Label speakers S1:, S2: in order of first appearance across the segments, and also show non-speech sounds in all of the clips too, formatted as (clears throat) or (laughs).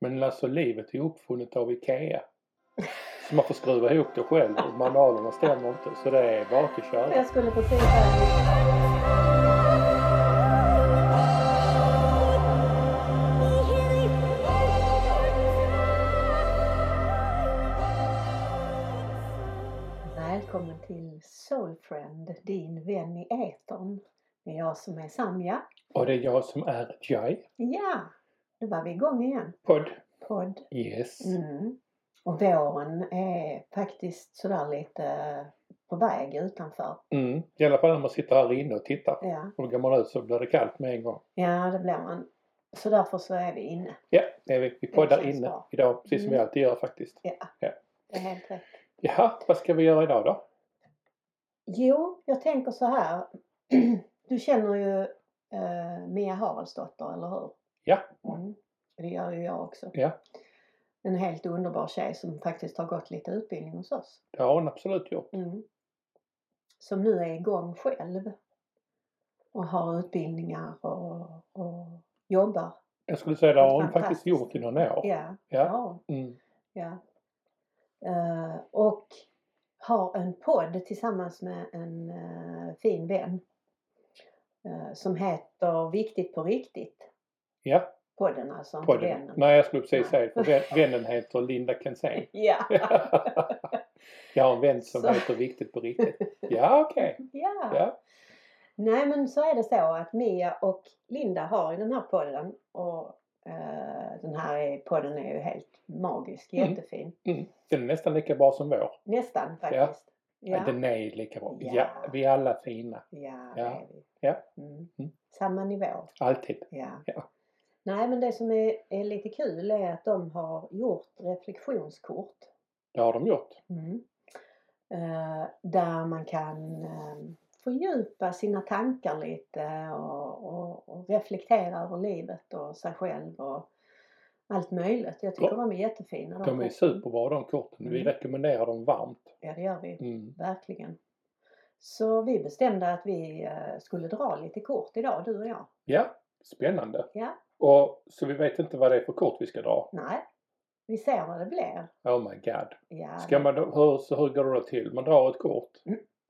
S1: Men alltså livet är ju uppfunnet av IKEA. Så man får skruva ihop det själv. och Manualerna stämmer inte. Så det är bara att köra.
S2: Jag skulle precis säga Välkommen till Soulfriend, din vän i etern. Det är jag som är Samja.
S1: Och det är jag som är Jai.
S2: Ja, nu var vi igång igen.
S1: Podd.
S2: Podd.
S1: Yes.
S2: Mm. Och våren är faktiskt sådär lite på väg utanför.
S1: Mm. I alla fall när man sitter här inne och tittar.
S2: Ja,
S1: Och går man ut så blir det kallt med en gång.
S2: ja det blir man. Så därför så är vi inne.
S1: Ja, det är vi. Vi poddar
S2: känns
S1: inne
S2: bra.
S1: idag. Precis som vi
S2: Mm.
S1: alltid gör faktiskt.
S2: Ja,
S1: Ja.
S2: det är helt rätt.
S1: Jaha, vad ska vi göra idag då?
S2: Jo, jag tänker så här. (clears throat) Du känner ju eh, Mia Haraldsdotter, eller hur?
S1: Ja.
S2: Mm. Det gör ju jag också.
S1: Ja.
S2: En helt underbar tjej som faktiskt har gått lite utbildning hos oss.
S1: Det har hon absolut gjort.
S2: Mm. Som nu är igång själv. Och har utbildningar och, och jobbar.
S1: Jag skulle säga det har hon
S2: Fantastiskt.
S1: faktiskt gjort i några år.
S2: Ja.
S1: Ja.
S2: ja.
S1: Mm.
S2: ja. Eh, och har en podd tillsammans med en eh, fin vän. eh, som heter Viktigt på riktigt.
S1: Ja,
S2: Podden alltså, inte
S1: podden.
S2: vännen.
S1: Nej, jag skulle precis
S2: Nej.
S1: säga det. För vän- vännen heter Linda Kensén.
S2: Ja.
S1: Jag har en vän som
S2: Så.
S1: heter Viktigt på riktigt. Ja, okej.
S2: ja.
S1: Ja.
S2: Nej men så är det så att Mia och Linda har ju den här podden och eh, den här är- podden är ju helt magisk,
S1: Mm.
S2: jättefin.
S1: Mm. Den är nästan lika bra som vår.
S2: Nästan faktiskt.
S1: Ja.
S2: Ja,
S1: Den är lika bra.
S2: Ja.
S1: Ja, vi är alla fina.
S2: ja, det
S1: Ja.
S2: är vi.
S1: Ja.
S2: Mm.
S1: Mm.
S2: Samma nivå.
S1: Alltid.
S2: Ja.
S1: Ja.
S2: Nej men det som är, är lite kul är att de har gjort reflektionskort.
S1: Det har de gjort.
S2: Eh, där man kan eh, fördjupa sina tankar lite och, och, och reflektera över livet och sig själv och allt möjligt. Jag tycker
S1: Ja.
S2: de är jättefina. de
S1: De är
S2: korten.
S1: superbra de korten. Vi
S2: Mm.
S1: rekommenderar dem varmt.
S2: Ja det gör vi,
S1: Mm.
S2: verkligen. Så vi bestämde att vi eh, skulle dra lite kort idag, du och jag.
S1: Ja, spännande.
S2: Ja.
S1: Och så vi vet inte vad det är för kort vi ska dra.
S2: Nej, vi ser vad det blir.
S1: Oh my god.
S2: Ja,
S1: Ska man då, hur, så hur går det då till? Man drar ett kort.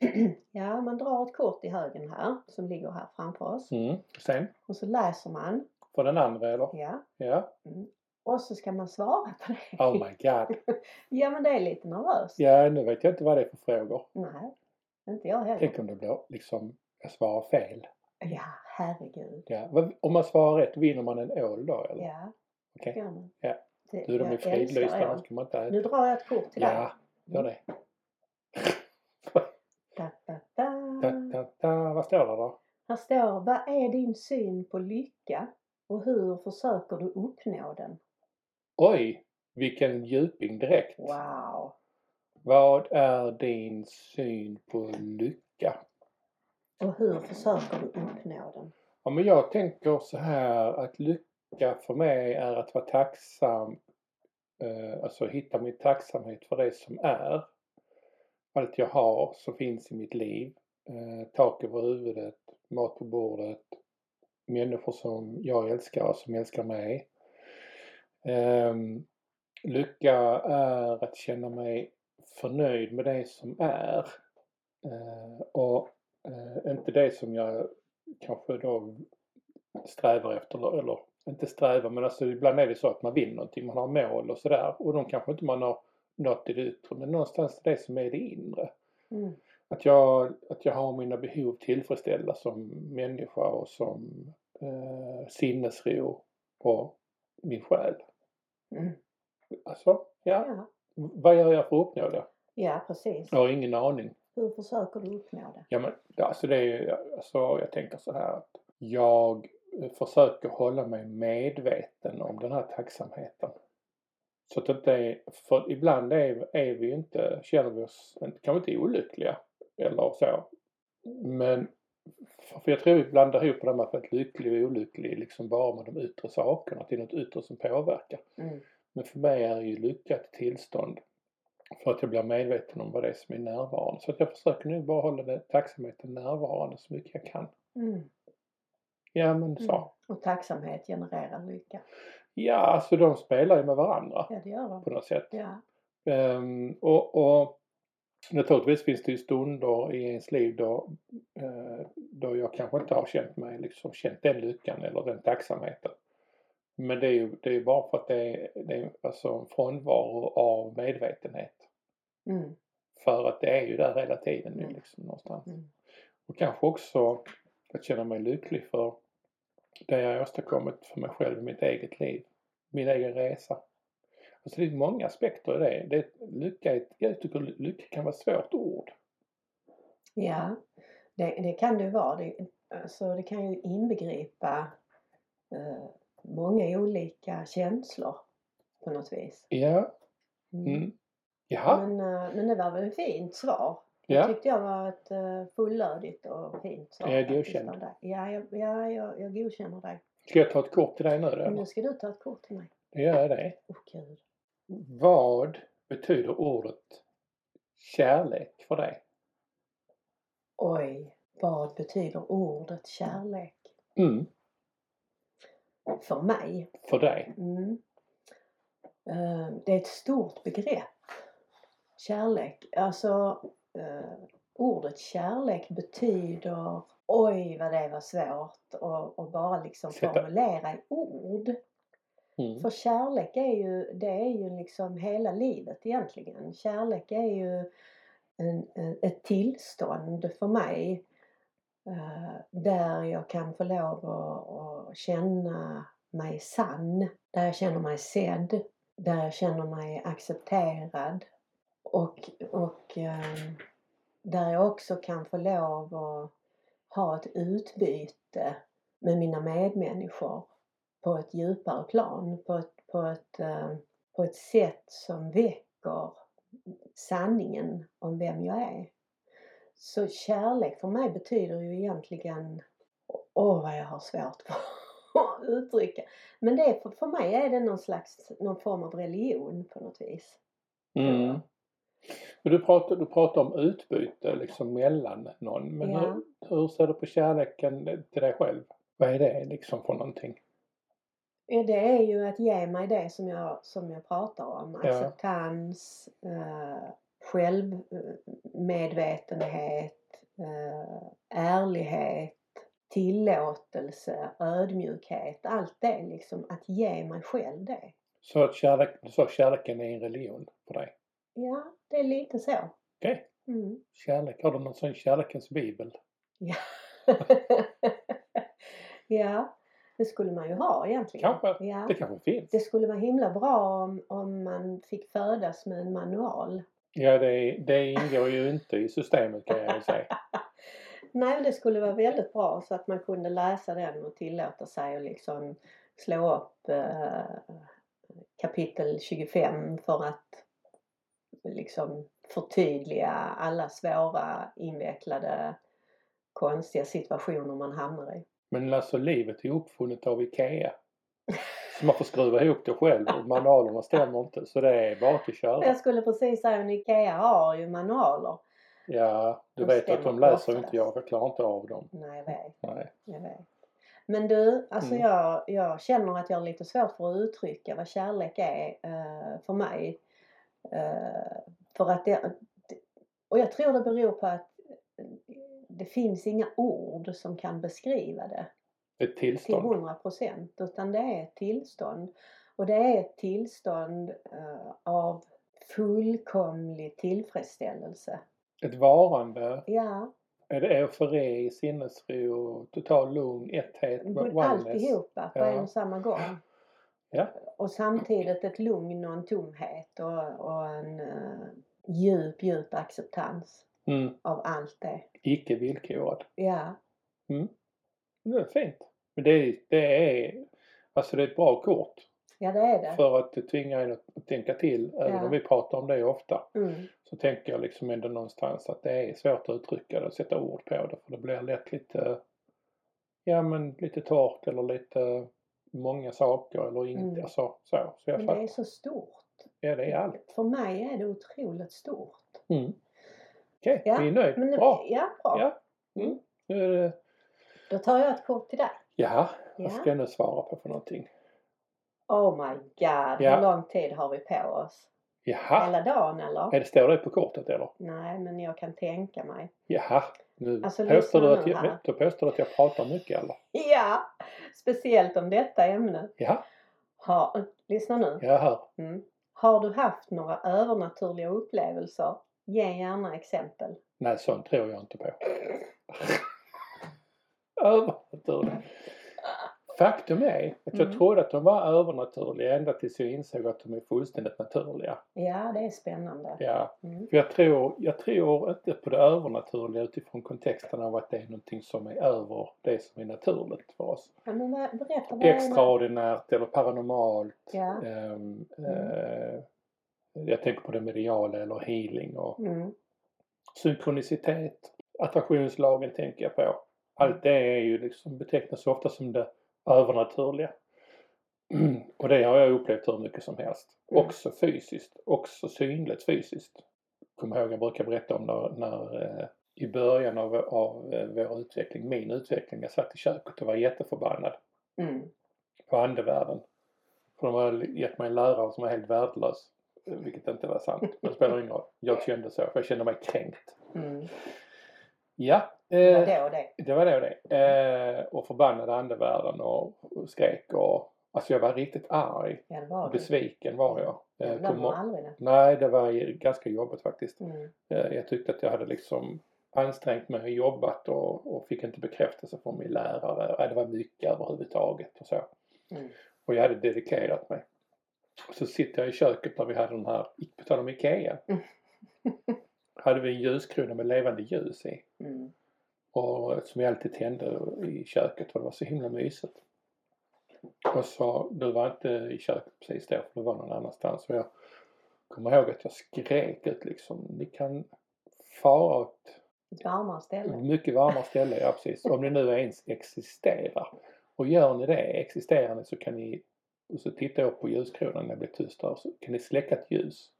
S2: (clears throat) ja, man drar ett kort i högen här som ligger här framför oss.
S1: Mm. Sen?
S2: Och så läser man.
S1: För den andra eller?
S2: Ja.
S1: Ja.
S2: Och så ska man svara på det.
S1: Oh my god.
S2: (laughs) Ja men det är lite nervöst.
S1: Ja, nu vet jag inte vad det är för frågor.
S2: Nej, inte jag heller.
S1: Tänk om det blir liksom, jag svarar fel.
S2: Ja, herregud.
S1: Ja. vad- Om man svarar rätt, vinner man en ål då eller?
S2: Ja,
S1: Okej.
S2: det gör man.
S1: Ja.
S2: Det-
S1: Du, de är
S2: jag
S1: fridlysta,
S2: älskar
S1: annars
S2: ål.
S1: kan man inte äta.
S2: Nu drar jag ett kort till dig.
S1: Ja, gör det.
S2: Da, da, da.
S1: Da,
S2: Mm.
S1: da, da. Vad står det då?
S2: Här står, vad är din syn på lycka och hur försöker du uppnå den?
S1: Oj, vilken djuping direkt.
S2: Wow!
S1: Vad är din syn på lycka?
S2: Och hur försöker du uppnå den?
S1: Ja, men jag tänker så här att lycka för mig är att vara tacksam, eh, alltså hitta min tacksamhet för det som är. Allt jag har som finns i mitt liv. Eh, tak över huvudet, mat på bordet, människor som jag älskar och som älskar mig. Ehm, lycka är att känna mig förnöjd med det som är. Eh, och eh, inte det som jag kanske då strävar efter, eller- eller inte strävar men alltså ibland är det så att man vill någonting, man har mål och sådär och de kanske inte man har nått i det yttre men någonstans det som är det inre.
S2: Mm.
S1: Att jag, att jag har mina behov tillfredsställda som människa och som eh, sinnesro och min själ.
S2: Mm.
S1: Alltså, ja.
S2: Ja.
S1: Vad gör jag för att uppnå det?
S2: ja, precis.
S1: Jag har ingen aning.
S2: Hur försöker du uppnå det?
S1: Ja men ja, alltså det är ju, alltså jag tänker så här att jag eh, försöker hålla mig medveten om den här tacksamheten. Så att det inte är, för ibland är, är vi ju inte, känner vi oss inte- kanske inte olyckliga eller så. Men, för för jag tror vi blandar ihop det där med att vara lycklig och olycklig liksom bara med de yttre sakerna, att det är något yttre som påverkar.
S2: Mm.
S1: Men för mig är det ju lyckat tillstånd för att jag blir medveten om vad det är som är närvarande. Så att jag försöker nu bara hålla det, tacksamheten närvarande så mycket jag kan.
S2: Mm.
S1: Ja men så.
S2: Och tacksamhet genererar lycka.
S1: Ja, alltså de spelar ju med varandra
S2: Ja, det gör de.
S1: på något sätt.
S2: Ja,
S1: Ehm, och, och naturligtvis finns det ju stunder i ens liv då, eh, då jag kanske inte har känt mig, liksom känt den lyckan eller den tacksamheten. Men det är ju, det är ju bara för att det är, det är alltså en frånvaro av medvetenhet.
S2: mm,
S1: För att det är ju där hela tiden nu
S2: Mm.
S1: liksom någonstans.
S2: mm,
S1: Och kanske också att känna mig lycklig för det jag har åstadkommit för mig själv i mitt eget liv. Min egen resa. Alltså det är många aspekter i det. det är- lycka är ett, jag tycker lycka kan vara ett svårt ord.
S2: ja. Det, det kan det ju vara. Det, alltså, det kan ju inbegripa eh, många olika känslor på något vis.
S1: Ja.
S2: Mm.
S1: Mm. Jaha.
S2: Men, eh, men det var väl ett fint svar. Det
S1: Ja.
S2: tyckte jag var ett eh, fullödigt och fint svar.
S1: Ja, jag
S2: faktiskt
S1: godkänner.
S2: av dig. Ja, jag, ja jag, jag godkänner dig.
S1: Ska jag ta ett kort till dig nu
S2: Men
S1: då?
S2: nu ska du ta ett kort till mig.
S1: Då gör jag det.
S2: Åh gud.
S1: Vad betyder ordet kärlek för dig?
S2: Oj, vad betyder ordet kärlek
S1: Mm.
S2: för mig?
S1: För dig?
S2: Mm. Eh, Det är ett stort begrepp. Kärlek. Alltså eh, ordet kärlek betyder oj vad det var svårt att- att bara liksom
S1: Sätta-
S2: formulera i ord.
S1: Mm.
S2: För kärlek är ju, det är ju liksom hela livet egentligen. Kärlek är ju en, en, ett tillstånd för mig eh, där jag kan få lov att, att känna mig sann. Där jag känner mig sedd. Där jag känner mig accepterad. Och, och eh, där jag också kan få lov att ha ett utbyte med mina medmänniskor på ett djupare plan, på ett, på ett, eh, på ett sätt som väcker sanningen om vem jag är. Så kärlek för mig betyder ju egentligen, åh vad jag har svårt för att (laughs) uttrycka. Men det är, för- för mig är det någon slags, någon form av religion på något vis.
S1: Mm. Men Du pratar, du pratar om utbyte liksom mellan någon. Men
S2: Ja.
S1: hur, hur ser du på kärleken till dig själv? Vad är det liksom för någonting?
S2: Ja, det är ju att ge mig det som jag, som jag pratar om.
S1: Ja.
S2: Acceptans, eh, självmedvetenhet, eh, ärlighet, tillåtelse, ödmjukhet. Allt det liksom, att ge mig själv det.
S1: Så att kärlek, du sa kärleken är en religion för dig.
S2: Ja, det är lite så.
S1: Okej.
S2: Mm.
S1: Kärlek, har du någon sån kärlekens bibel?
S2: (laughs) ja, det skulle man ju ha egentligen.
S1: Kanske.
S2: Ja.
S1: Det kanske finns?
S2: Det skulle vara himla bra om, om man fick födas med en manual.
S1: Ja, det, det ingår ju inte i systemet kan jag ju säga.
S2: (laughs) Nej, men det skulle vara väldigt bra så att man kunde läsa den och tillåta sig att liksom slå upp eh, kapitel 25 för att liksom förtydliga alla svåra, invecklade, konstiga situationer man hamnar i.
S1: Men alltså livet är uppfunnet av IKEA. Så man får skruva ihop det själv och manualerna stämmer inte. Så det är bara att köra.
S2: Jag skulle precis säga att IKEA har ju manualer.
S1: Ja, du
S2: De
S1: vet att de
S2: stämmer
S1: läser
S2: oftast.
S1: inte jag. Jag klarar inte av dem.
S2: Nej, jag vet.
S1: Nej.
S2: Jag vet. Men du, alltså
S1: Mm.
S2: jag, jag känner att jag har lite svårt för att uttrycka vad kärlek är eh, för mig. Eh, för att det, och jag tror det beror på att eh, det finns inga ord som kan beskriva det
S1: Ett
S2: till
S1: tillstånd.
S2: 100 procent. Utan det är ett tillstånd. Och det är ett tillstånd eh, av fullkomlig tillfredsställelse.
S1: Ett varande,
S2: Ja,
S1: är det eufori, sinnesro, total lugn, etthet, wellness.
S2: alltihopa på
S1: Ja.
S2: en och samma gång.
S1: Ja.
S2: Och samtidigt ett lugn och en tomhet och, och en eh, djup, djup acceptans
S1: Mm.
S2: av allt det.
S1: Icke villkorad.
S2: Ja,
S1: Det är fint. Men det är, det är, alltså det är ett bra kort.
S2: ja det är det.
S1: För att det tvingar en att tänka till. Även
S2: Ja.
S1: om vi pratar om det ofta.
S2: Mm.
S1: Så tänker jag liksom ändå någonstans att det är svårt att uttrycka det och sätta ord på det. För det blir lätt lite, ja men lite torrt eller lite många saker eller inget.
S2: Mm.
S1: Alltså, så. Så jag
S2: Men det
S1: fattar.
S2: är så stort.
S1: Ja det är allt.
S2: För mig är det otroligt stort.
S1: Mm. Okej,
S2: Ja,
S1: vi är nöjda.
S2: Men,
S1: Bra.
S2: Ja, bra.
S1: Ja. Mm. Nu är det...
S2: Då tar jag ett kort till dig.
S1: Jaha,
S2: Ja.
S1: vad ska jag nu svara på för någonting?
S2: Oh my god,
S1: Ja.
S2: hur lång tid har vi på oss?
S1: Jaha,
S2: Hela dagen eller?
S1: är det, står det på kortet eller?
S2: Nej, men jag kan tänka mig. (laughs)
S1: Jaha, nu
S2: Alltså, lyssna
S1: påstår, du
S2: nu
S1: att jag,
S2: här.
S1: då påstår du att jag pratar mycket eller?
S2: Ja, speciellt om detta ämne.
S1: Jaha,
S2: Har, lyssna nu.
S1: jag hör.
S2: Mm. Har du haft några övernaturliga upplevelser? Ge gärna exempel.
S1: Nej, sånt tror jag inte på. Övernaturligt. Faktum är att jag
S2: Mm.
S1: trodde att de var övernaturliga ända tills jag insåg att de är fullständigt naturliga.
S2: Ja, det är spännande.
S1: Ja.
S2: Mm.
S1: För jag tror, jag tror inte på det övernaturliga utifrån kontexten av att det är någonting som är över det som är naturligt för oss.
S2: Ja, men vad- berätta. vad är-
S1: Extraordinärt eller paranormalt.
S2: Ja.
S1: Ehm,
S2: Mm.
S1: eh, jag tänker på det mediala eller healing och
S2: Mm.
S1: synkronicitet, attraktionslagen tänker jag på. Allt det är ju liksom betecknas ofta som det övernaturliga. (clears throat) Och det har jag upplevt hur mycket som helst.
S2: Mm.
S1: Också fysiskt, också synligt fysiskt. Kommer ihåg, jag brukar berätta om när, när eh, i början av, av eh, vår utveckling, min utveckling, jag satt i köket och var jätteförbannad
S2: Mm.
S1: på andevärlden. För de hade gett mig en lärare som var helt värdelös. eh, Vilket inte var sant, men det spelar ingen roll. Jag kände så, för jag kände mig kränkt.
S2: Mm.
S1: Ja,
S2: Det
S1: eh,
S2: var då det.
S1: det var då det. Eh, och förbannade andevärlden och, och skrek och... Alltså jag var riktigt arg.
S2: Ja, det var det.
S1: Besviken var jag.
S2: Jag
S1: Eh, på
S2: glömmer
S1: må-
S2: aldrig det.
S1: Nej, det var ju ganska jobbigt faktiskt.
S2: Mm.
S1: Eh, jag tyckte att jag hade liksom ansträngt mig och jobbat och, och fick inte bekräftelse från min lärare. Eh, Det var mycket överhuvudtaget och så.
S2: Mm.
S1: Och jag hade dedikerat mig. Och så sitter jag i köket där vi hade den här, på tal om Ikea.
S2: Mm. (laughs)
S1: hade vi en ljuskrona med levande ljus i.
S2: Mm.
S1: Och som vi alltid tände i köket och det var så himla mysigt. Och så, du var inte i köket precis då för du var någon annanstans. Och jag kommer ihåg att jag skrek ut liksom, ni kan fara åt
S2: Varma ställen.
S1: mycket varma ställen, ja precis. Om ni nu ens existerar. Och gör ni det, existerar ni så kan ni, och så tittar jag på ljuskronan när jag blir tyst där, så kan ni släcka ett ljus.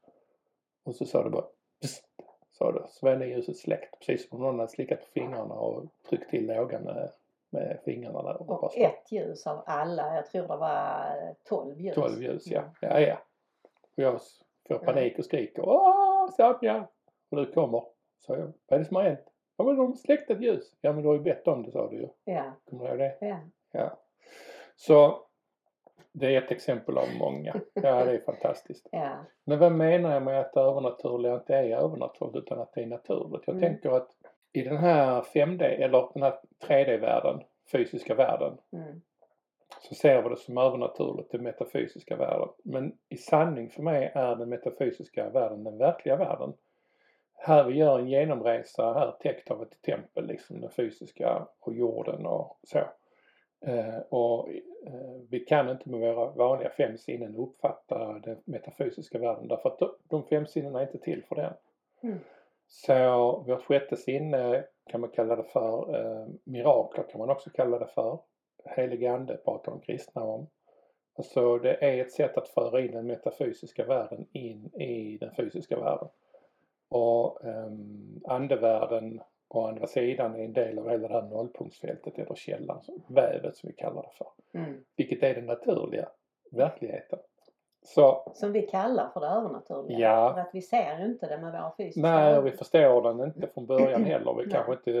S1: Och så sa det bara psst, sa det. Så var det ljuset släckt. Precis som om någon hade slickat på fingrarna och tryckt till lågan med, med fingrarna där. Och bara
S2: Och
S1: så.
S2: ett ljus av alla. Jag tror det var eh, 12 ljus.
S1: 12 ljus, ja.
S2: Mm.
S1: Ja, ja. Och jag s- får panik och skriker Åh, Sonja! Och du kommer. Så jag, vad är det som har hänt? Ja men de släckte ett ljus. Ja men du har ju bett om det sa du ju.
S2: Ja,
S1: Kommer du ihåg det?
S2: ja.
S1: Ja. Så det är ett exempel av många. Ja, det är fantastiskt.
S2: ja.
S1: Men vad menar jag med att det övernaturliga inte är övernaturligt utan att det är naturligt? Jag
S2: Mm.
S1: tänker att i den här 5D eller den här 3D-världen, fysiska världen,
S2: Mm.
S1: så ser vi det som övernaturligt, den metafysiska världen. Men i sanning för mig är den metafysiska världen den verkliga världen. Här vi gör en genomresa här täckt av ett tempel, liksom den fysiska och jorden och så. Eh, och eh, vi kan inte med våra vanliga fem sinnen uppfatta den metafysiska världen därför att de, de fem sinnena är inte till för den.
S2: Mm.
S1: Så vårt sjätte sinne kan man kalla det för, eh, mirakler kan man också kalla det för helig ande pratar de kristna om. Alltså det är ett sätt att föra in den metafysiska världen in i den fysiska världen. Och um, andevärlden å andra sidan är en del av hela det här nollpunktsfältet eller källan, som- vävet som vi kallar det för.
S2: Mm.
S1: Vilket är den naturliga verkligheten. Så
S2: Som vi kallar för det övernaturliga.
S1: Ja.
S2: För att vi ser ju inte det med våra fysiska
S1: nej, och vi
S2: ögon.
S1: förstår den inte från början heller. Vi
S2: Nej.
S1: kanske inte,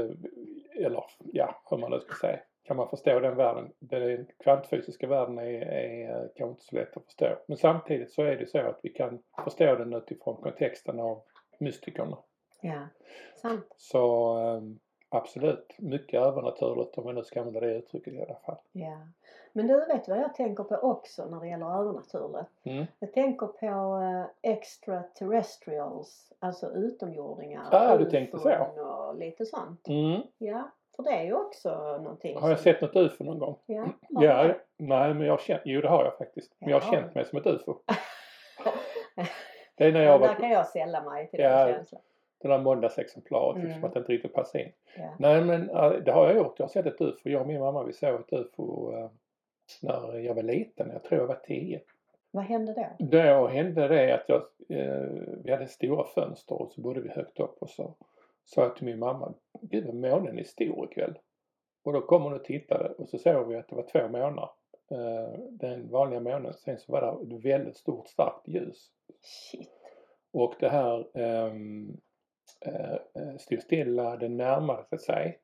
S1: eller ja, hur man nu ska säga. Kan man förstå den världen? Den kvantfysiska världen är, är eh, kanske inte så lätt att förstå. Men samtidigt så är det så att vi kan förstå den utifrån kontexten av mystikerna.
S2: Ja, sant.
S1: Så ehm, absolut, mycket övernaturligt om vi nu ska använda det uttrycket i alla fall.
S2: Ja. Men du vet vad jag tänker på också när det gäller övernaturligt?
S1: Mm.
S2: Jag tänker på eh, extraterrestrials, alltså utomjordingar.
S1: Ah, du tänkte så.
S2: ufon Och lite sånt.
S1: Mm.
S2: Ja, för det är ju också någonting
S1: Har jag
S2: som-
S1: sett något UFO någon gång?
S2: Ja, har
S1: (clears throat) Ja,
S2: du
S1: ja. nej men jag har känt, jo det har jag faktiskt. Men jag har
S2: Jaha.
S1: känt mig som ett UFO.
S2: det?
S1: Det är när (laughs) jag
S2: Ja,
S1: har
S2: där
S1: varit
S2: kan jag sälla mig till
S1: Ja.
S2: den känslan.
S1: det där måndagsexemplaret liksom,
S2: Mm.
S1: att det inte riktigt passar in.
S2: Ja.
S1: Nej men eh, det har jag gjort. Jag har sett ett UFO. Jag och min mamma vi såg ett UFO eh, när jag var liten. Jag tror jag var 10.
S2: Vad hände då?
S1: Då hände det att jag, eh, vi hade stora fönster och så bodde vi högt upp och så sa jag till min mamma, gud vad månen är stor ikväll. Och då kom hon och tittade och så såg vi att det var två månar eh, den vanliga månen. Sen så var det ett väldigt stort starkt ljus.
S2: Shit.
S1: Och det här ehm, eh, eh, stod stilla, den närmade sig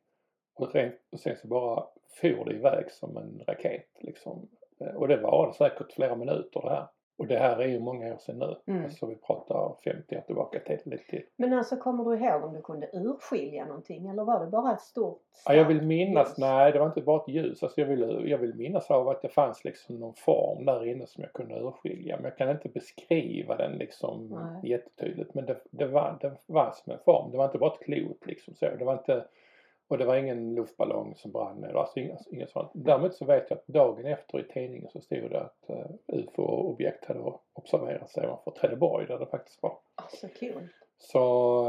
S1: och, sen, och sen så bara for det iväg som en raket. Liksom. Eh, Och det var säkert flera minuter det här. Och det här är ju många år sedan nu.
S2: Mm.
S1: Alltså vi pratar 50 år tillbaka till lite till.
S2: Men alltså kommer du ihåg om du kunde urskilja någonting eller var det bara ett stort
S1: Ja, jag vill minnas,
S2: ljus.
S1: nej det var inte bara ett ljus. Alltså jag, vill, jag vill minnas av att det fanns liksom någon form där inne som jag kunde urskilja. Men jag kan inte beskriva den liksom
S2: Nej.
S1: jättetydligt. Men det, det, var, det var som en form. Det var inte bara ett klot liksom så. Det var inte, och det var ingen luftballong som brann eller alltså inget, inget sånt. Däremot så vet jag att dagen efter i tidningen så stod det att uh, UFO-objekt hade observerats ovanför Trelleborg där det faktiskt var.
S2: Ah, så kul.
S1: Så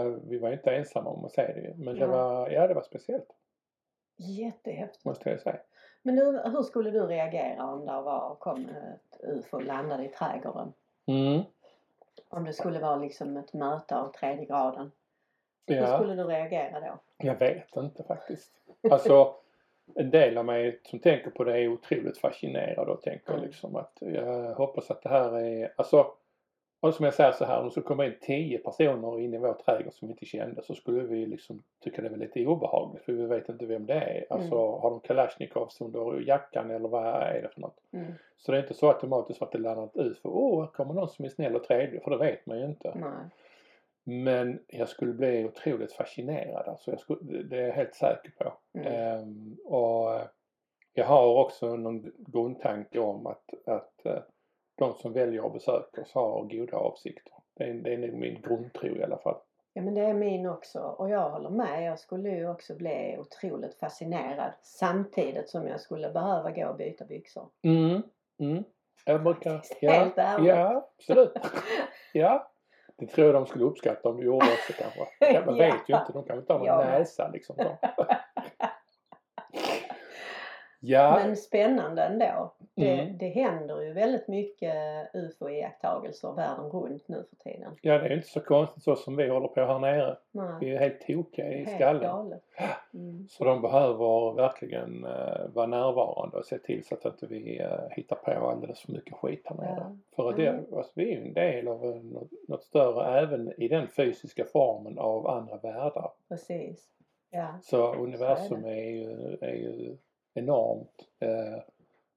S1: eh, vi var inte ensamma om att säga det. Men det
S2: Nej.
S1: var, ja det var speciellt
S2: Jättehäftigt.
S1: måste jag säga.
S2: Men du, hur skulle du reagera om det var, kom ett UFO och landade i trädgården?
S1: Mm.
S2: Om det skulle vara liksom ett möte av tredje graden. Hur
S1: Ja,
S2: skulle du reagera då?
S1: jag vet inte faktiskt. Alltså, (laughs) en del av mig som tänker på det är otroligt fascinerad och tänker
S2: Mm.
S1: liksom att jag hoppas att det här är, alltså, och som jag säger så här, om det skulle komma in tio personer in i vår trädgård som vi inte kände så skulle vi liksom tycka det var lite obehagligt för vi vet inte vem det är. Alltså, har de kalasjnikovs under jackan eller vad är det för något?
S2: Mm,
S1: Så det är inte så automatiskt att det landar ett UFO, åh, här kommer någon som är snäll och trevlig, för det vet man ju inte.
S2: nej.
S1: Men jag skulle bli otroligt fascinerad. Alltså jag skulle, det- det är jag helt säker på.
S2: Mm.
S1: Ehm, och eh, jag har också någon grundtanke om att, att eh, de som väljer att besöka oss har goda avsikter. Det är, det är nog min grundtro i alla fall.
S2: Ja men det är min också och jag håller med. Jag skulle ju också bli otroligt fascinerad samtidigt som jag skulle behöva gå och byta byxor.
S1: Mm, mm. Jag brukar...
S2: Faktiskt,
S1: Ja,
S2: helt ärligt.
S1: ja,
S2: (laughs)
S1: absolut. Ja. Det tror jag de skulle uppskatta om du gjorde också kanske.
S2: (laughs)
S1: Ja, man vet ju
S2: Ja.
S1: inte, de kanske inte har någon
S2: Ja, men-
S1: näsa liksom.
S2: (laughs)
S1: Ja.
S2: Men spännande ändå. Det,
S1: Mm.
S2: det händer ju väldigt mycket UFO-iakttagelser världen runt nu för tiden.
S1: Ja, det är ju inte så konstigt så som vi håller på här nere. Vi är
S2: Nej,
S1: ju helt tokiga i
S2: helt
S1: skallen.
S2: galet. Mm.
S1: Så de behöver verkligen eh, vara närvarande och se till så att inte vi eh, hittar på alldeles för mycket skit här nere.
S2: Ja.
S1: För att det,
S2: Mm.
S1: alltså, vi är ju en del av en- något, något större även i den fysiska formen av andra världar.
S2: Precis. Ja.
S1: Så universum
S2: Så
S1: är, ju, är ju enormt. Eh,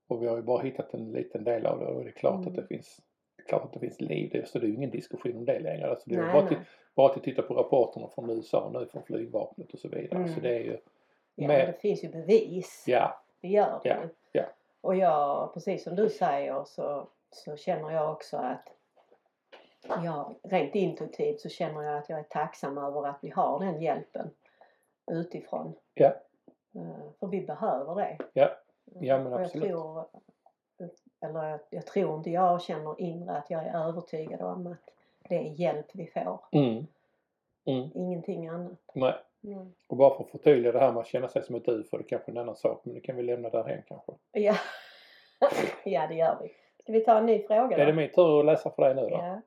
S1: och vi har ju bara hittat en liten del av det och det är klart
S2: Mm.
S1: att det finns det är klart att det finns liv där, så det är ju ingen diskussion om det längre. Alltså det är
S2: Nej,
S1: bara,
S2: nej.
S1: Till, bara att titta på rapporterna från USA nu från flygvapnet och så vidare.
S2: Mm.
S1: Så det är ju, Men-
S2: Ja, men det finns ju bevis.
S1: ja,
S2: Det gör det
S1: Ja,
S2: ju.
S1: ja.
S2: Och jag, precis som du säger, så, så känner jag också att jag, rent intuitivt så känner jag att jag är tacksam över att vi har den hjälpen utifrån.
S1: Ja.
S2: Eh, För vi behöver det. Eh,
S1: Ja. Ja, men
S2: Och jag
S1: absolut.
S2: tror, eller jag, jag tror inte jag känner inre att jag är övertygad om att det är hjälp vi får.
S1: mm. Mm.
S2: Ingenting annat.
S1: Nej.
S2: Mm.
S1: Och bara för att förtydliga det här med att känna sig som ett ufo, det är kanske är en annan sak, men det kan vi lämna därhen kanske.
S2: Ja. (laughs) ja, det gör vi. Ska vi ta en ny fråga då?
S1: Är det min tur att läsa för dig nu då?
S2: ja.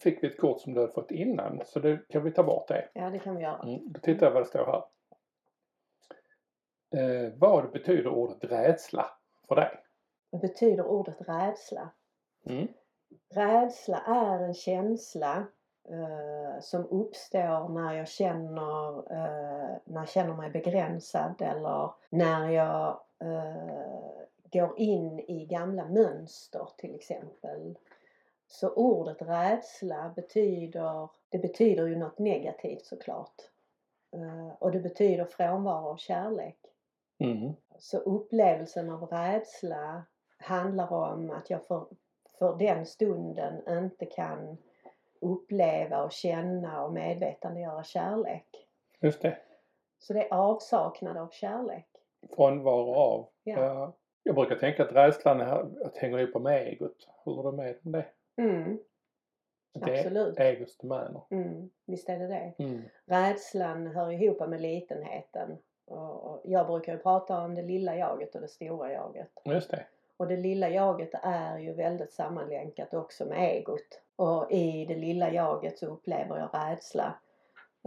S1: Fick vi ett kort som du hade fått innan, så det kan vi ta bort det.
S2: ja, det kan vi göra.
S1: Mm, då tittar jag vad det står här. Eh, vad betyder ordet rädsla för dig?
S2: Vad betyder ordet rädsla?
S1: Mm.
S2: Rädsla är en känsla eh, som uppstår när jag känner, eh, när jag känner mig begränsad eller när jag eh, går in i gamla mönster till exempel. Så ordet rädsla betyder, det betyder ju något negativt såklart. Eh, och det betyder frånvaro av kärlek.
S1: Mm.
S2: Så upplevelsen av rädsla handlar om att jag för, för den stunden inte kan uppleva och känna och medvetandegöra kärlek.
S1: Just det.
S2: Så det är avsaknad av kärlek.
S1: Frånvaro av.
S2: Ja.
S1: Ja. Jag brukar tänka att rädslan är, att hänger ihop med egot. Håller du med om det?
S2: Mm,
S1: Det är
S2: absolut.
S1: egots domäner.
S2: Mm, visst är det det.
S1: Mm.
S2: Rädslan hör ihop med litenheten. Och och jag brukar ju prata om det lilla jaget och det stora jaget.
S1: Just det.
S2: Och det lilla jaget är ju väldigt sammanlänkat också med egot. Och i det lilla jaget så upplever jag rädsla.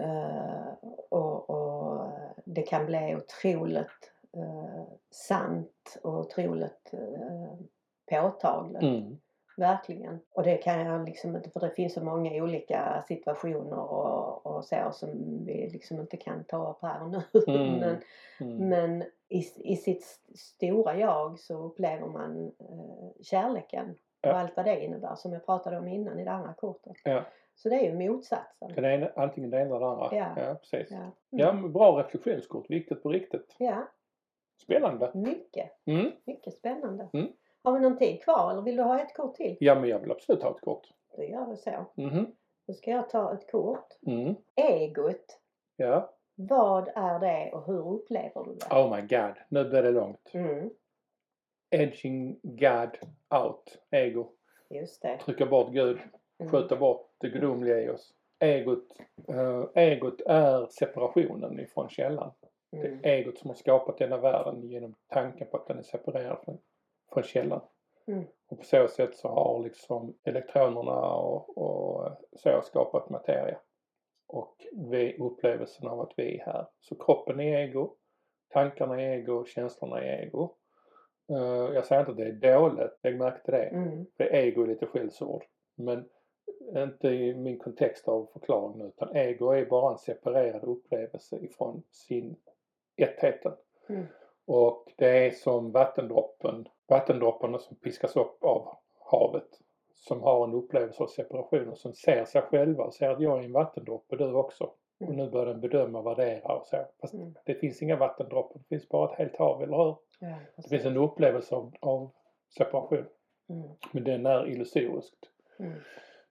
S2: Eh, och, och det kan bli otroligt eh, sant och otroligt eh, påtagligt.
S1: Mm.
S2: Verkligen. Och det kan jag liksom inte, för det finns så många olika situationer och, och så som vi liksom inte kan ta upp här och nu.
S1: Mm.
S2: (laughs) Men,
S1: Mm.
S2: men i, i sitt st- stora jag så upplever man eh, kärleken
S1: Ja.
S2: och allt vad det innebär som jag pratade om innan i det andra kortet.
S1: Ja.
S2: Så det är ju motsatsen.
S1: Den ena, antingen det ena eller det andra.
S2: Ja.
S1: precis.
S2: Ja. Mm.
S1: Ja, men bra reflektionskort. Viktigt på riktigt.
S2: ja,
S1: Spännande.
S2: mycket,
S1: Mm.
S2: mycket spännande.
S1: Mm.
S2: Har vi någon tid kvar eller vill du ha ett kort till?
S1: Ja, men jag vill absolut ha ett kort.
S2: Då gör vi så.
S1: Mhm.
S2: Nu ska jag ta ett kort.
S1: Mm.
S2: Egot,
S1: Ja.
S2: vad är det och hur upplever du det?
S1: Oh my god, nu blir det långt.
S2: Mm,
S1: Edging God out. Ego.
S2: just det.
S1: Trycka bort Gud.
S2: Mm.
S1: Skjuta bort det gudomliga i oss. Egot, eh, egot är separationen ifrån källan. Det
S2: Mm.
S1: är egot som har skapat denna världen genom tanken på att den är separerad från, från källan.
S2: Mm.
S1: Och på så sätt så har liksom elektronerna och, och så skapat materia. Och vi, upplevelsen av att vi är här. Så kroppen är ego, tankarna är ego, känslorna är ego. Eh, jag säger inte att det är dåligt, jag märkte det.
S2: Mm.
S1: För ego är lite skällsord. Men inte i min kontext av förklaringen utan ego är bara en separerad upplevelse ifrån sin ettheten.
S2: Mm.
S1: Och det är som vattendroppen, vattendropparna som piskas upp av havet. Som har en upplevelse av separation och som ser sig själva och ser att jag är en vattendroppe du också. Och nu börjar den bedöma, värdera och så. Fast
S2: Mm.
S1: det finns inga vattendroppar, det finns bara ett helt hav, eller hur?
S2: Ja,
S1: Det
S2: precis.
S1: finns en upplevelse av, av separation.
S2: Mm.
S1: Men den är illusorisk.
S2: Mm.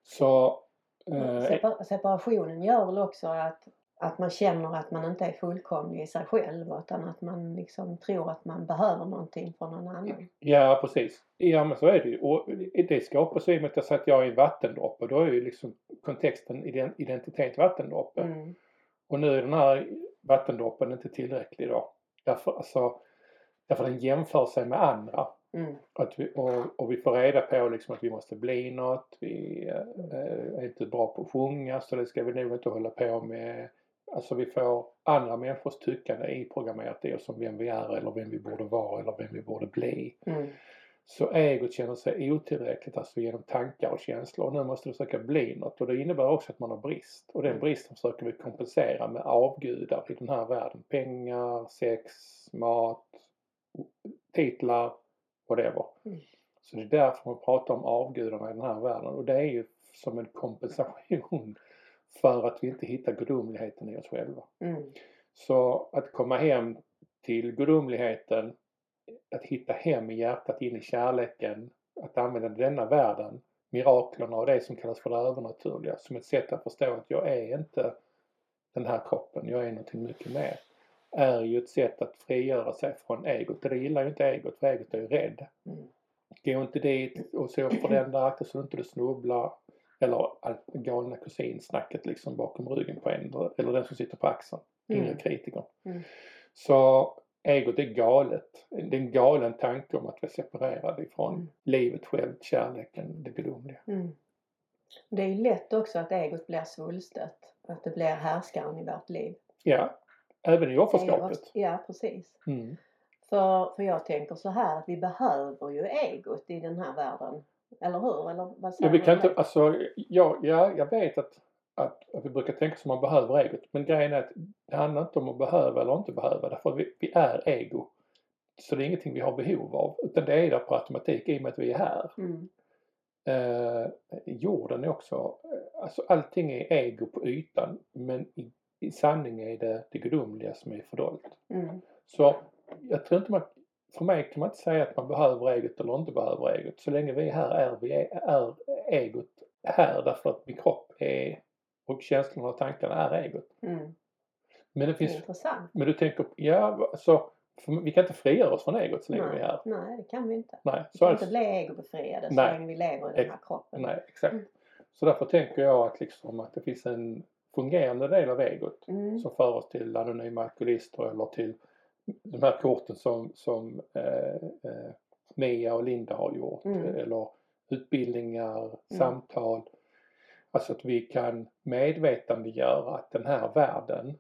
S1: Så...
S2: Och
S1: Eh,
S2: separ- Separationen gör väl också att, att man känner att man inte är fullkomlig i sig själv utan att man liksom tror att man behöver någonting från någon annan.
S1: ja, precis. Ja, men så är det ju. Och det skapas ju i och med att jag säger att jag är en vattendroppe. Då är ju liksom kontexten ident- identitet vattendroppe.
S2: Mm.
S1: Och nu är den här vattendroppen inte tillräcklig då. Därför, alltså, därför den jämför sig med andra.
S2: Mm.
S1: Att vi, och, och vi får reda på liksom att vi måste bli något, vi eh, är inte bra på att sjunga så det ska vi nog inte hålla på med. Alltså vi får andra människors tyckande inprogrammerat i oss om vem vi är eller vem vi borde vara eller vem vi borde bli.
S2: Mm.
S1: Så egot känner sig otillräckligt alltså genom tankar och känslor. Och nu måste du försöka bli något och det innebär också att man har brist. Och den bristen försöker vi kompensera med avgudar i den här världen. Pengar, sex, mat, titlar, whatever.
S2: Mm.
S1: Så det är därför man pratar om avgudarna i den här världen. Och det är ju som en kompensation (laughs) för att vi inte hittar gudomligheten i oss själva.
S2: Mm.
S1: Så att komma hem till gudomligheten, att hitta hem i hjärtat, in i kärleken, att använda denna världen, miraklerna och det som kallas för det övernaturliga som ett sätt att förstå att jag är inte den här kroppen, jag är någonting mycket mer. Är ju ett sätt att frigöra sig från egot. Och det gillar ju inte egot, för egot är ju rädd.
S2: Mm.
S1: Gå inte dit och så på den där akta så du inte du snubblar. Eller allt galna kusinsnacket liksom bakom ryggen på en, eller den som sitter på axeln inre
S2: Mm.
S1: kritiker.
S2: Mm.
S1: Så egot är galet. Det är en galen tanke om att vi är separerade ifrån
S2: Mm.
S1: livet självt, kärleken, det gudomliga.
S2: Mm. Det är ju lätt också att egot blir svulstet. Att det blir härskaren i vårt liv.
S1: Ja, även i offerskapet.
S2: Egot- Ja, precis.
S1: Mm.
S2: För, för jag tänker så här att vi behöver ju egot i den här världen. Eller hur? Eller vad
S1: Ja,
S2: säger
S1: vi
S2: du?
S1: kan inte, alltså, ja, ja, jag vet att, att, att vi brukar tänka som man behöver egot. Men grejen är att det handlar inte om att behöva eller inte behöva. Därför att vi, vi är ego. Så det är ingenting vi har behov av. Utan det är där på automatik i och med att vi är här.
S2: Mm.
S1: Eh, jorden är också, alltså allting är ego på ytan men i, i sanning är det det gudomliga som är fördolt.
S2: Mm.
S1: Så jag tror inte man, för mig kan man inte säga att man behöver egot eller inte behöver egot. Så länge vi är här är, vi, är egot här därför att min kropp är och känslorna och tankarna är egot.
S2: Mm.
S1: Men det
S2: Det
S1: finns,
S2: är intressant.
S1: men du tänker, ja alltså, för vi kan inte frigöra oss från egot så länge vi är här.
S2: Nej, det kan vi inte.
S1: Nej,
S2: Vi
S1: så
S2: kan
S1: är
S2: inte
S1: det.
S2: bli egobefriade så
S1: Nej.
S2: länge vi lever i den här kroppen.
S1: Nej, exakt.
S2: Mm.
S1: Så därför tänker jag att, liksom, att det finns en fungerande del av egot
S2: Mm.
S1: som för oss till anonyma alkoholister eller till de här korten som, som eh, eh, Mia och Linda har gjort.
S2: Mm.
S1: Eller utbildningar, samtal. Alltså att vi kan medvetandegöra att den här världen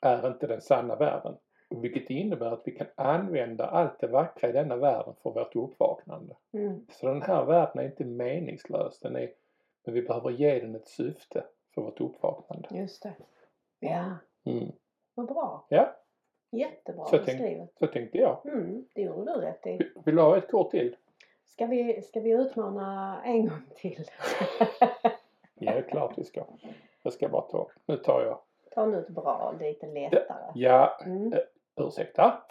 S1: är inte den sanna världen.
S2: Mm.
S1: Vilket innebär att vi kan använda allt det vackra i denna världen för vårt uppvaknande.
S2: Mm.
S1: Så den här världen är inte meningslös, den är, men vi behöver ge den ett syfte för vårt uppvaknande.
S2: Just det. Ja,
S1: Mm.
S2: vad bra.
S1: Ja,
S2: Jättebra
S1: Så jag tänk-
S2: beskrivet.
S1: så tänkte jag.
S2: Mm, det gjorde du rätt i.
S1: Vill- Vill du ha ett kort till?
S2: Ska vi, ska vi utmana en gång till? (laughs)
S1: Ja, det är klart vi ska. Jag ska bara ta. Nu tar jag.
S2: Ta nu ett bra, lite lättare.
S1: Ja,
S2: Mm.
S1: ursäkta.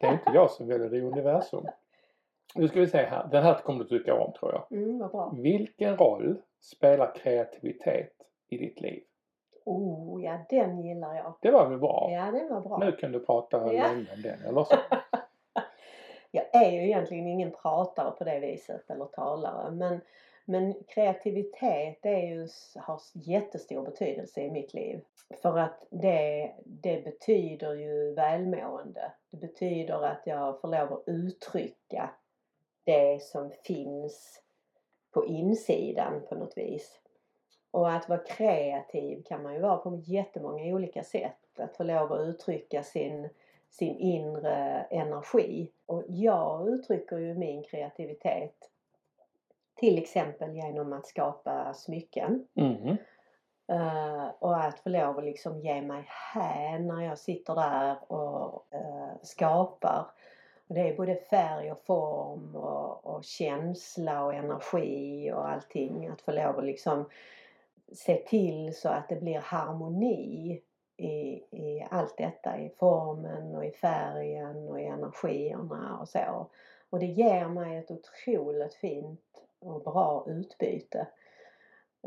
S1: Det är inte jag som väljer det är universum. Nu ska vi se här. Den här kommer du tycka om tror jag.
S2: Mm, vad bra.
S1: Vilken roll spelar kreativitet i ditt liv?
S2: Oh, ja den gillar jag.
S1: Det var väl bra?
S2: Ja, den var bra.
S1: Nu kan du prata
S2: Ja.
S1: länge om den, eller
S2: (laughs)
S1: så?
S2: Jag är ju egentligen ingen pratare på det viset eller talare men, men kreativitet det är ju, har jättestor betydelse i mitt liv. För att det, det betyder ju välmående. Det betyder att jag får lov att uttrycka det som finns på insidan på något vis. Och att vara kreativ kan man ju vara på jättemånga olika sätt. Att få lov att uttrycka sin sin inre energi. Och jag uttrycker ju min kreativitet till exempel genom att skapa smycken.
S1: Mhm.
S2: Eh, och att få lov att liksom ge mig hän när jag sitter där och eh, skapar. Och det är både färg och form och, och känsla och energi och allting. Att få lov att liksom se till så att det blir harmoni i, i allt detta. I formen och i färgen och i energierna och så. Och det ger mig ett otroligt fint och bra utbyte.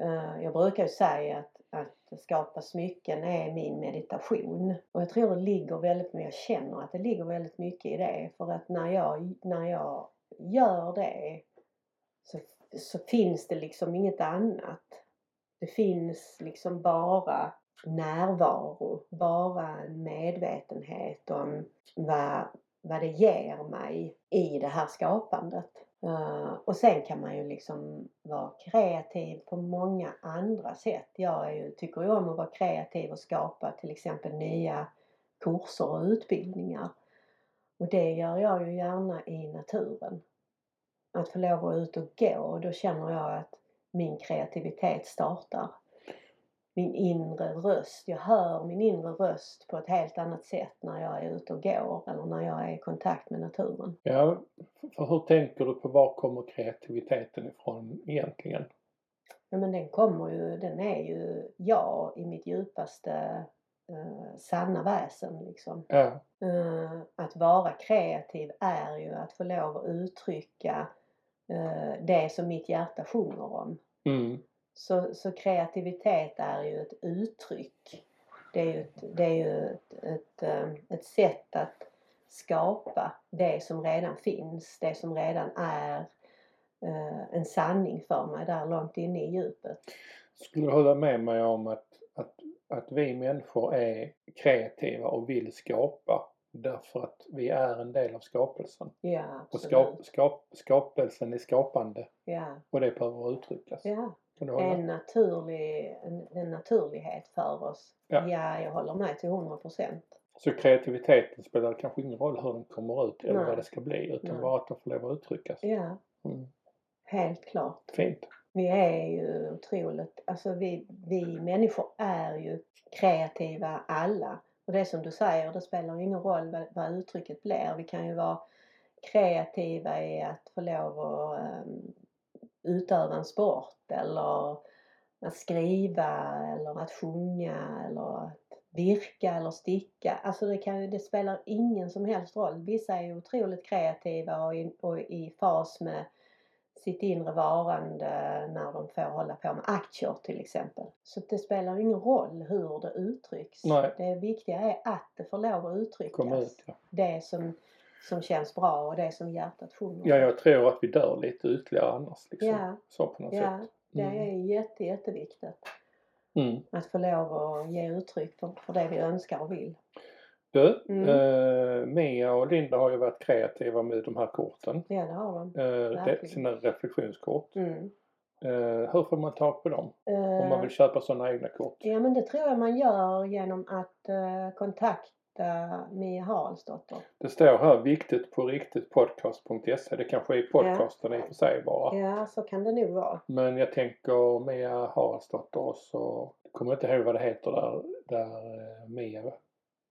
S2: Eh, Jag brukar ju säga att, att skapa smycken är min meditation. Och jag tror det ligger väldigt mycket, jag känner att det ligger väldigt mycket i det. För att när jag, när jag gör det så, så finns det liksom inget annat. Det finns liksom bara närvaro, bara en medvetenhet om vad, vad det ger mig i det här skapandet. Eh, och sen kan man ju liksom vara kreativ på många andra sätt. Jag är ju, tycker ju om att vara kreativ och skapa till exempel nya kurser och utbildningar. Och det gör jag ju gärna i naturen. Att få lov att vara ute och gå, då känner jag att min kreativitet startar. Min inre röst, jag hör min inre röst på ett helt annat sätt när jag är ute och går eller när jag är i kontakt med naturen.
S1: Ja, för hur tänker du på var kommer kreativiteten ifrån egentligen?
S2: Ja, men den kommer ju, den är ju jag i mitt djupaste eh, sanna väsen liksom.
S1: Ja,
S2: Eh, att vara kreativ är ju att få lov att uttrycka eh, det som mitt hjärta sjunger om.
S1: mm.
S2: Så, så kreativitet är ju ett uttryck. Det är ju, ett, det är ju ett, ett, eh, ett sätt att skapa det som redan finns, det som redan är eh, en sanning för mig där långt inne i djupet.
S1: Skulle du hålla med mig om att, att, att vi människor är kreativa och vill skapa därför att vi är en del av skapelsen?
S2: Ja,
S1: Och
S2: absolut.
S1: skap, skap, skapelsen är skapande
S2: Ja,
S1: och det behöver uttryckas.
S2: ja. Eh.
S1: Kan du
S2: Det är
S1: hålla?
S2: en, naturlig, en, en naturlighet för oss.
S1: Ja.
S2: ja, jag håller med till 100 procent.
S1: Så kreativiteten spelar kanske ingen roll hur den kommer ut eller
S2: Nej.
S1: vad det ska bli utan
S2: Nej.
S1: bara att den får lov att uttryckas.
S2: Ja,
S1: Mm.
S2: helt klart.
S1: Fint.
S2: Vi är ju otroligt, alltså vi, vi människor är ju kreativa alla. Och det är som du säger, det spelar ingen roll vad, vad uttrycket blir. Vi kan ju vara kreativa i att få lov att ehm, utöva en sport eller att skriva eller att sjunga eller att virka eller sticka. Alltså det, kan, ju- det spelar ingen som helst roll. Vissa är ju otroligt kreativa och i, och i fas med sitt inre varande när de får hålla på med aktier till exempel. Så det spelar ingen roll hur det uttrycks.
S1: Nej.
S2: Det viktiga är att det får lov att uttryckas
S1: Kom ut. Ja.
S2: det som, som känns bra och det som hjärtat sjunger.
S1: ja, jag tror att vi dör lite ytterligare annars. Liksom.
S2: Ja,
S1: Så på något
S2: ja,
S1: sätt.
S2: det
S1: Mm.
S2: är jätte, jätteviktigt
S1: Mm.
S2: att få lov att ge uttryck för, för det vi önskar och vill.
S1: Du,
S2: Mm.
S1: eh, Mia och Linda har ju varit kreativa med de här korten.
S2: Ja, det har de.
S1: Eh, re-
S2: Verkligen.
S1: sina reflektionskort.
S2: Mm.
S1: Eh, hur får man tag på dem? Om man
S2: Eh,
S1: vill köpa sådana egna kort?
S2: Ja, men det tror jag man gör genom att eh, kontakta kontakta Mia Haraldsdotter.
S1: Det står här viktigt på riktigt podcast.se. Det kanske är podcasten i och för sig bara.
S2: Ja, så kan det nog vara.
S1: Men jag tänker Mia Haraldsdotter och så kommer jag inte ihåg vad det heter där, där eh, Mia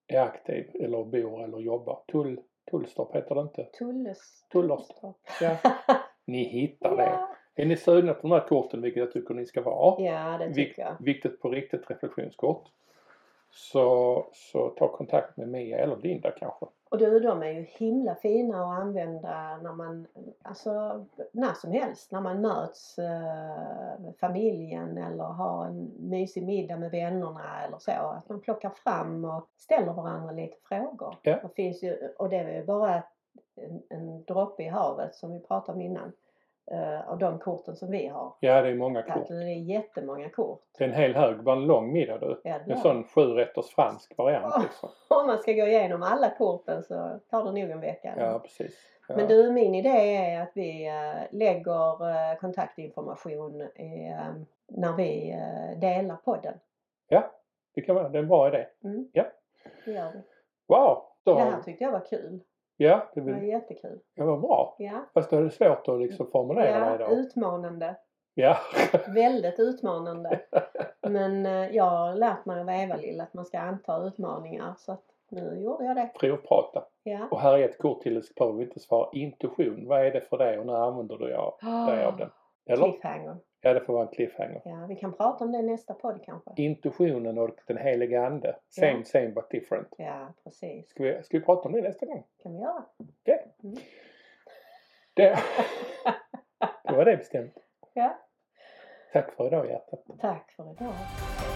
S1: är aktiv eller bor eller jobbar. Tull, Tullstorp heter det inte.
S2: Tulles.
S1: Tullerst. Ja. Ni hittar det.
S2: Ja.
S1: Är ni sugna på de här korten, vilket jag tycker ni ska vara,
S2: ja, det
S1: Vikt-
S2: tycker jag.
S1: viktigt på riktigt reflektionskort, så, så ta kontakt med Mia eller Linda kanske.
S2: Och du, de är ju himla fina att använda när man, alltså när som helst, när man möts eh, med familjen eller har en mysig middag med vännerna eller så. Att man plockar fram och ställer varandra lite frågor.
S1: Ja.
S2: Det finns ju, och det är ju bara en, en droppe i havet som vi pratade om innan. Eh, av de korten som vi har.
S1: Ja, det är många
S2: Att
S1: kort.
S2: det är jättemånga kort.
S1: Det är en hel hög, bara en lång middag du.
S2: Ja, det
S1: En
S2: är.
S1: sån sjurätters fransk variant
S2: Ja.
S1: liksom.
S2: Om man ska gå igenom alla korten så tar det nog en vecka.
S1: Ja, precis. Ja.
S2: Men du, min idé är att vi eh, lägger eh, kontaktinformation i, eh, när vi eh, delar podden.
S1: Det kan vara, det är en bra idé.
S2: Mm.
S1: Ja.
S2: Det gör vi.
S1: Wow! Då,
S2: Det här tyckte jag var kul.
S1: ja, det
S2: Det var
S1: var,
S2: jättekul.
S1: det var bra.
S2: Ja.
S1: Fast då är det svårt att liksom formulera det
S2: ja
S1: idag.
S2: utmanande.
S1: Ja, (laughs)
S2: Väldigt utmanande. Men eh, jag har lärt mig av Eva-Lill att man ska anta utmaningar så att nu gjorde jag det.
S1: provprata.
S2: Ja.
S1: Och här är ett kort till, det behöver vi inte svara. Intuition, vad är det för dig och när använder du dig av dig
S2: Ah.
S1: av den? Eller?
S2: Cliffhanger.
S1: Ja, det får vara en cliffhanger.
S2: Ja, vi kan prata om det i nästa podd kanske.
S1: Intuitionen och den heliga ande. Same,
S2: Ja.
S1: same but different.
S2: Ja, precis.
S1: Ska vi, ska vi prata om det nästa gång?
S2: kan vi göra. (laughs)
S1: Det, det var det bestämt.
S2: Ja.
S1: Tack för idag hjärtat.
S2: Tack för idag.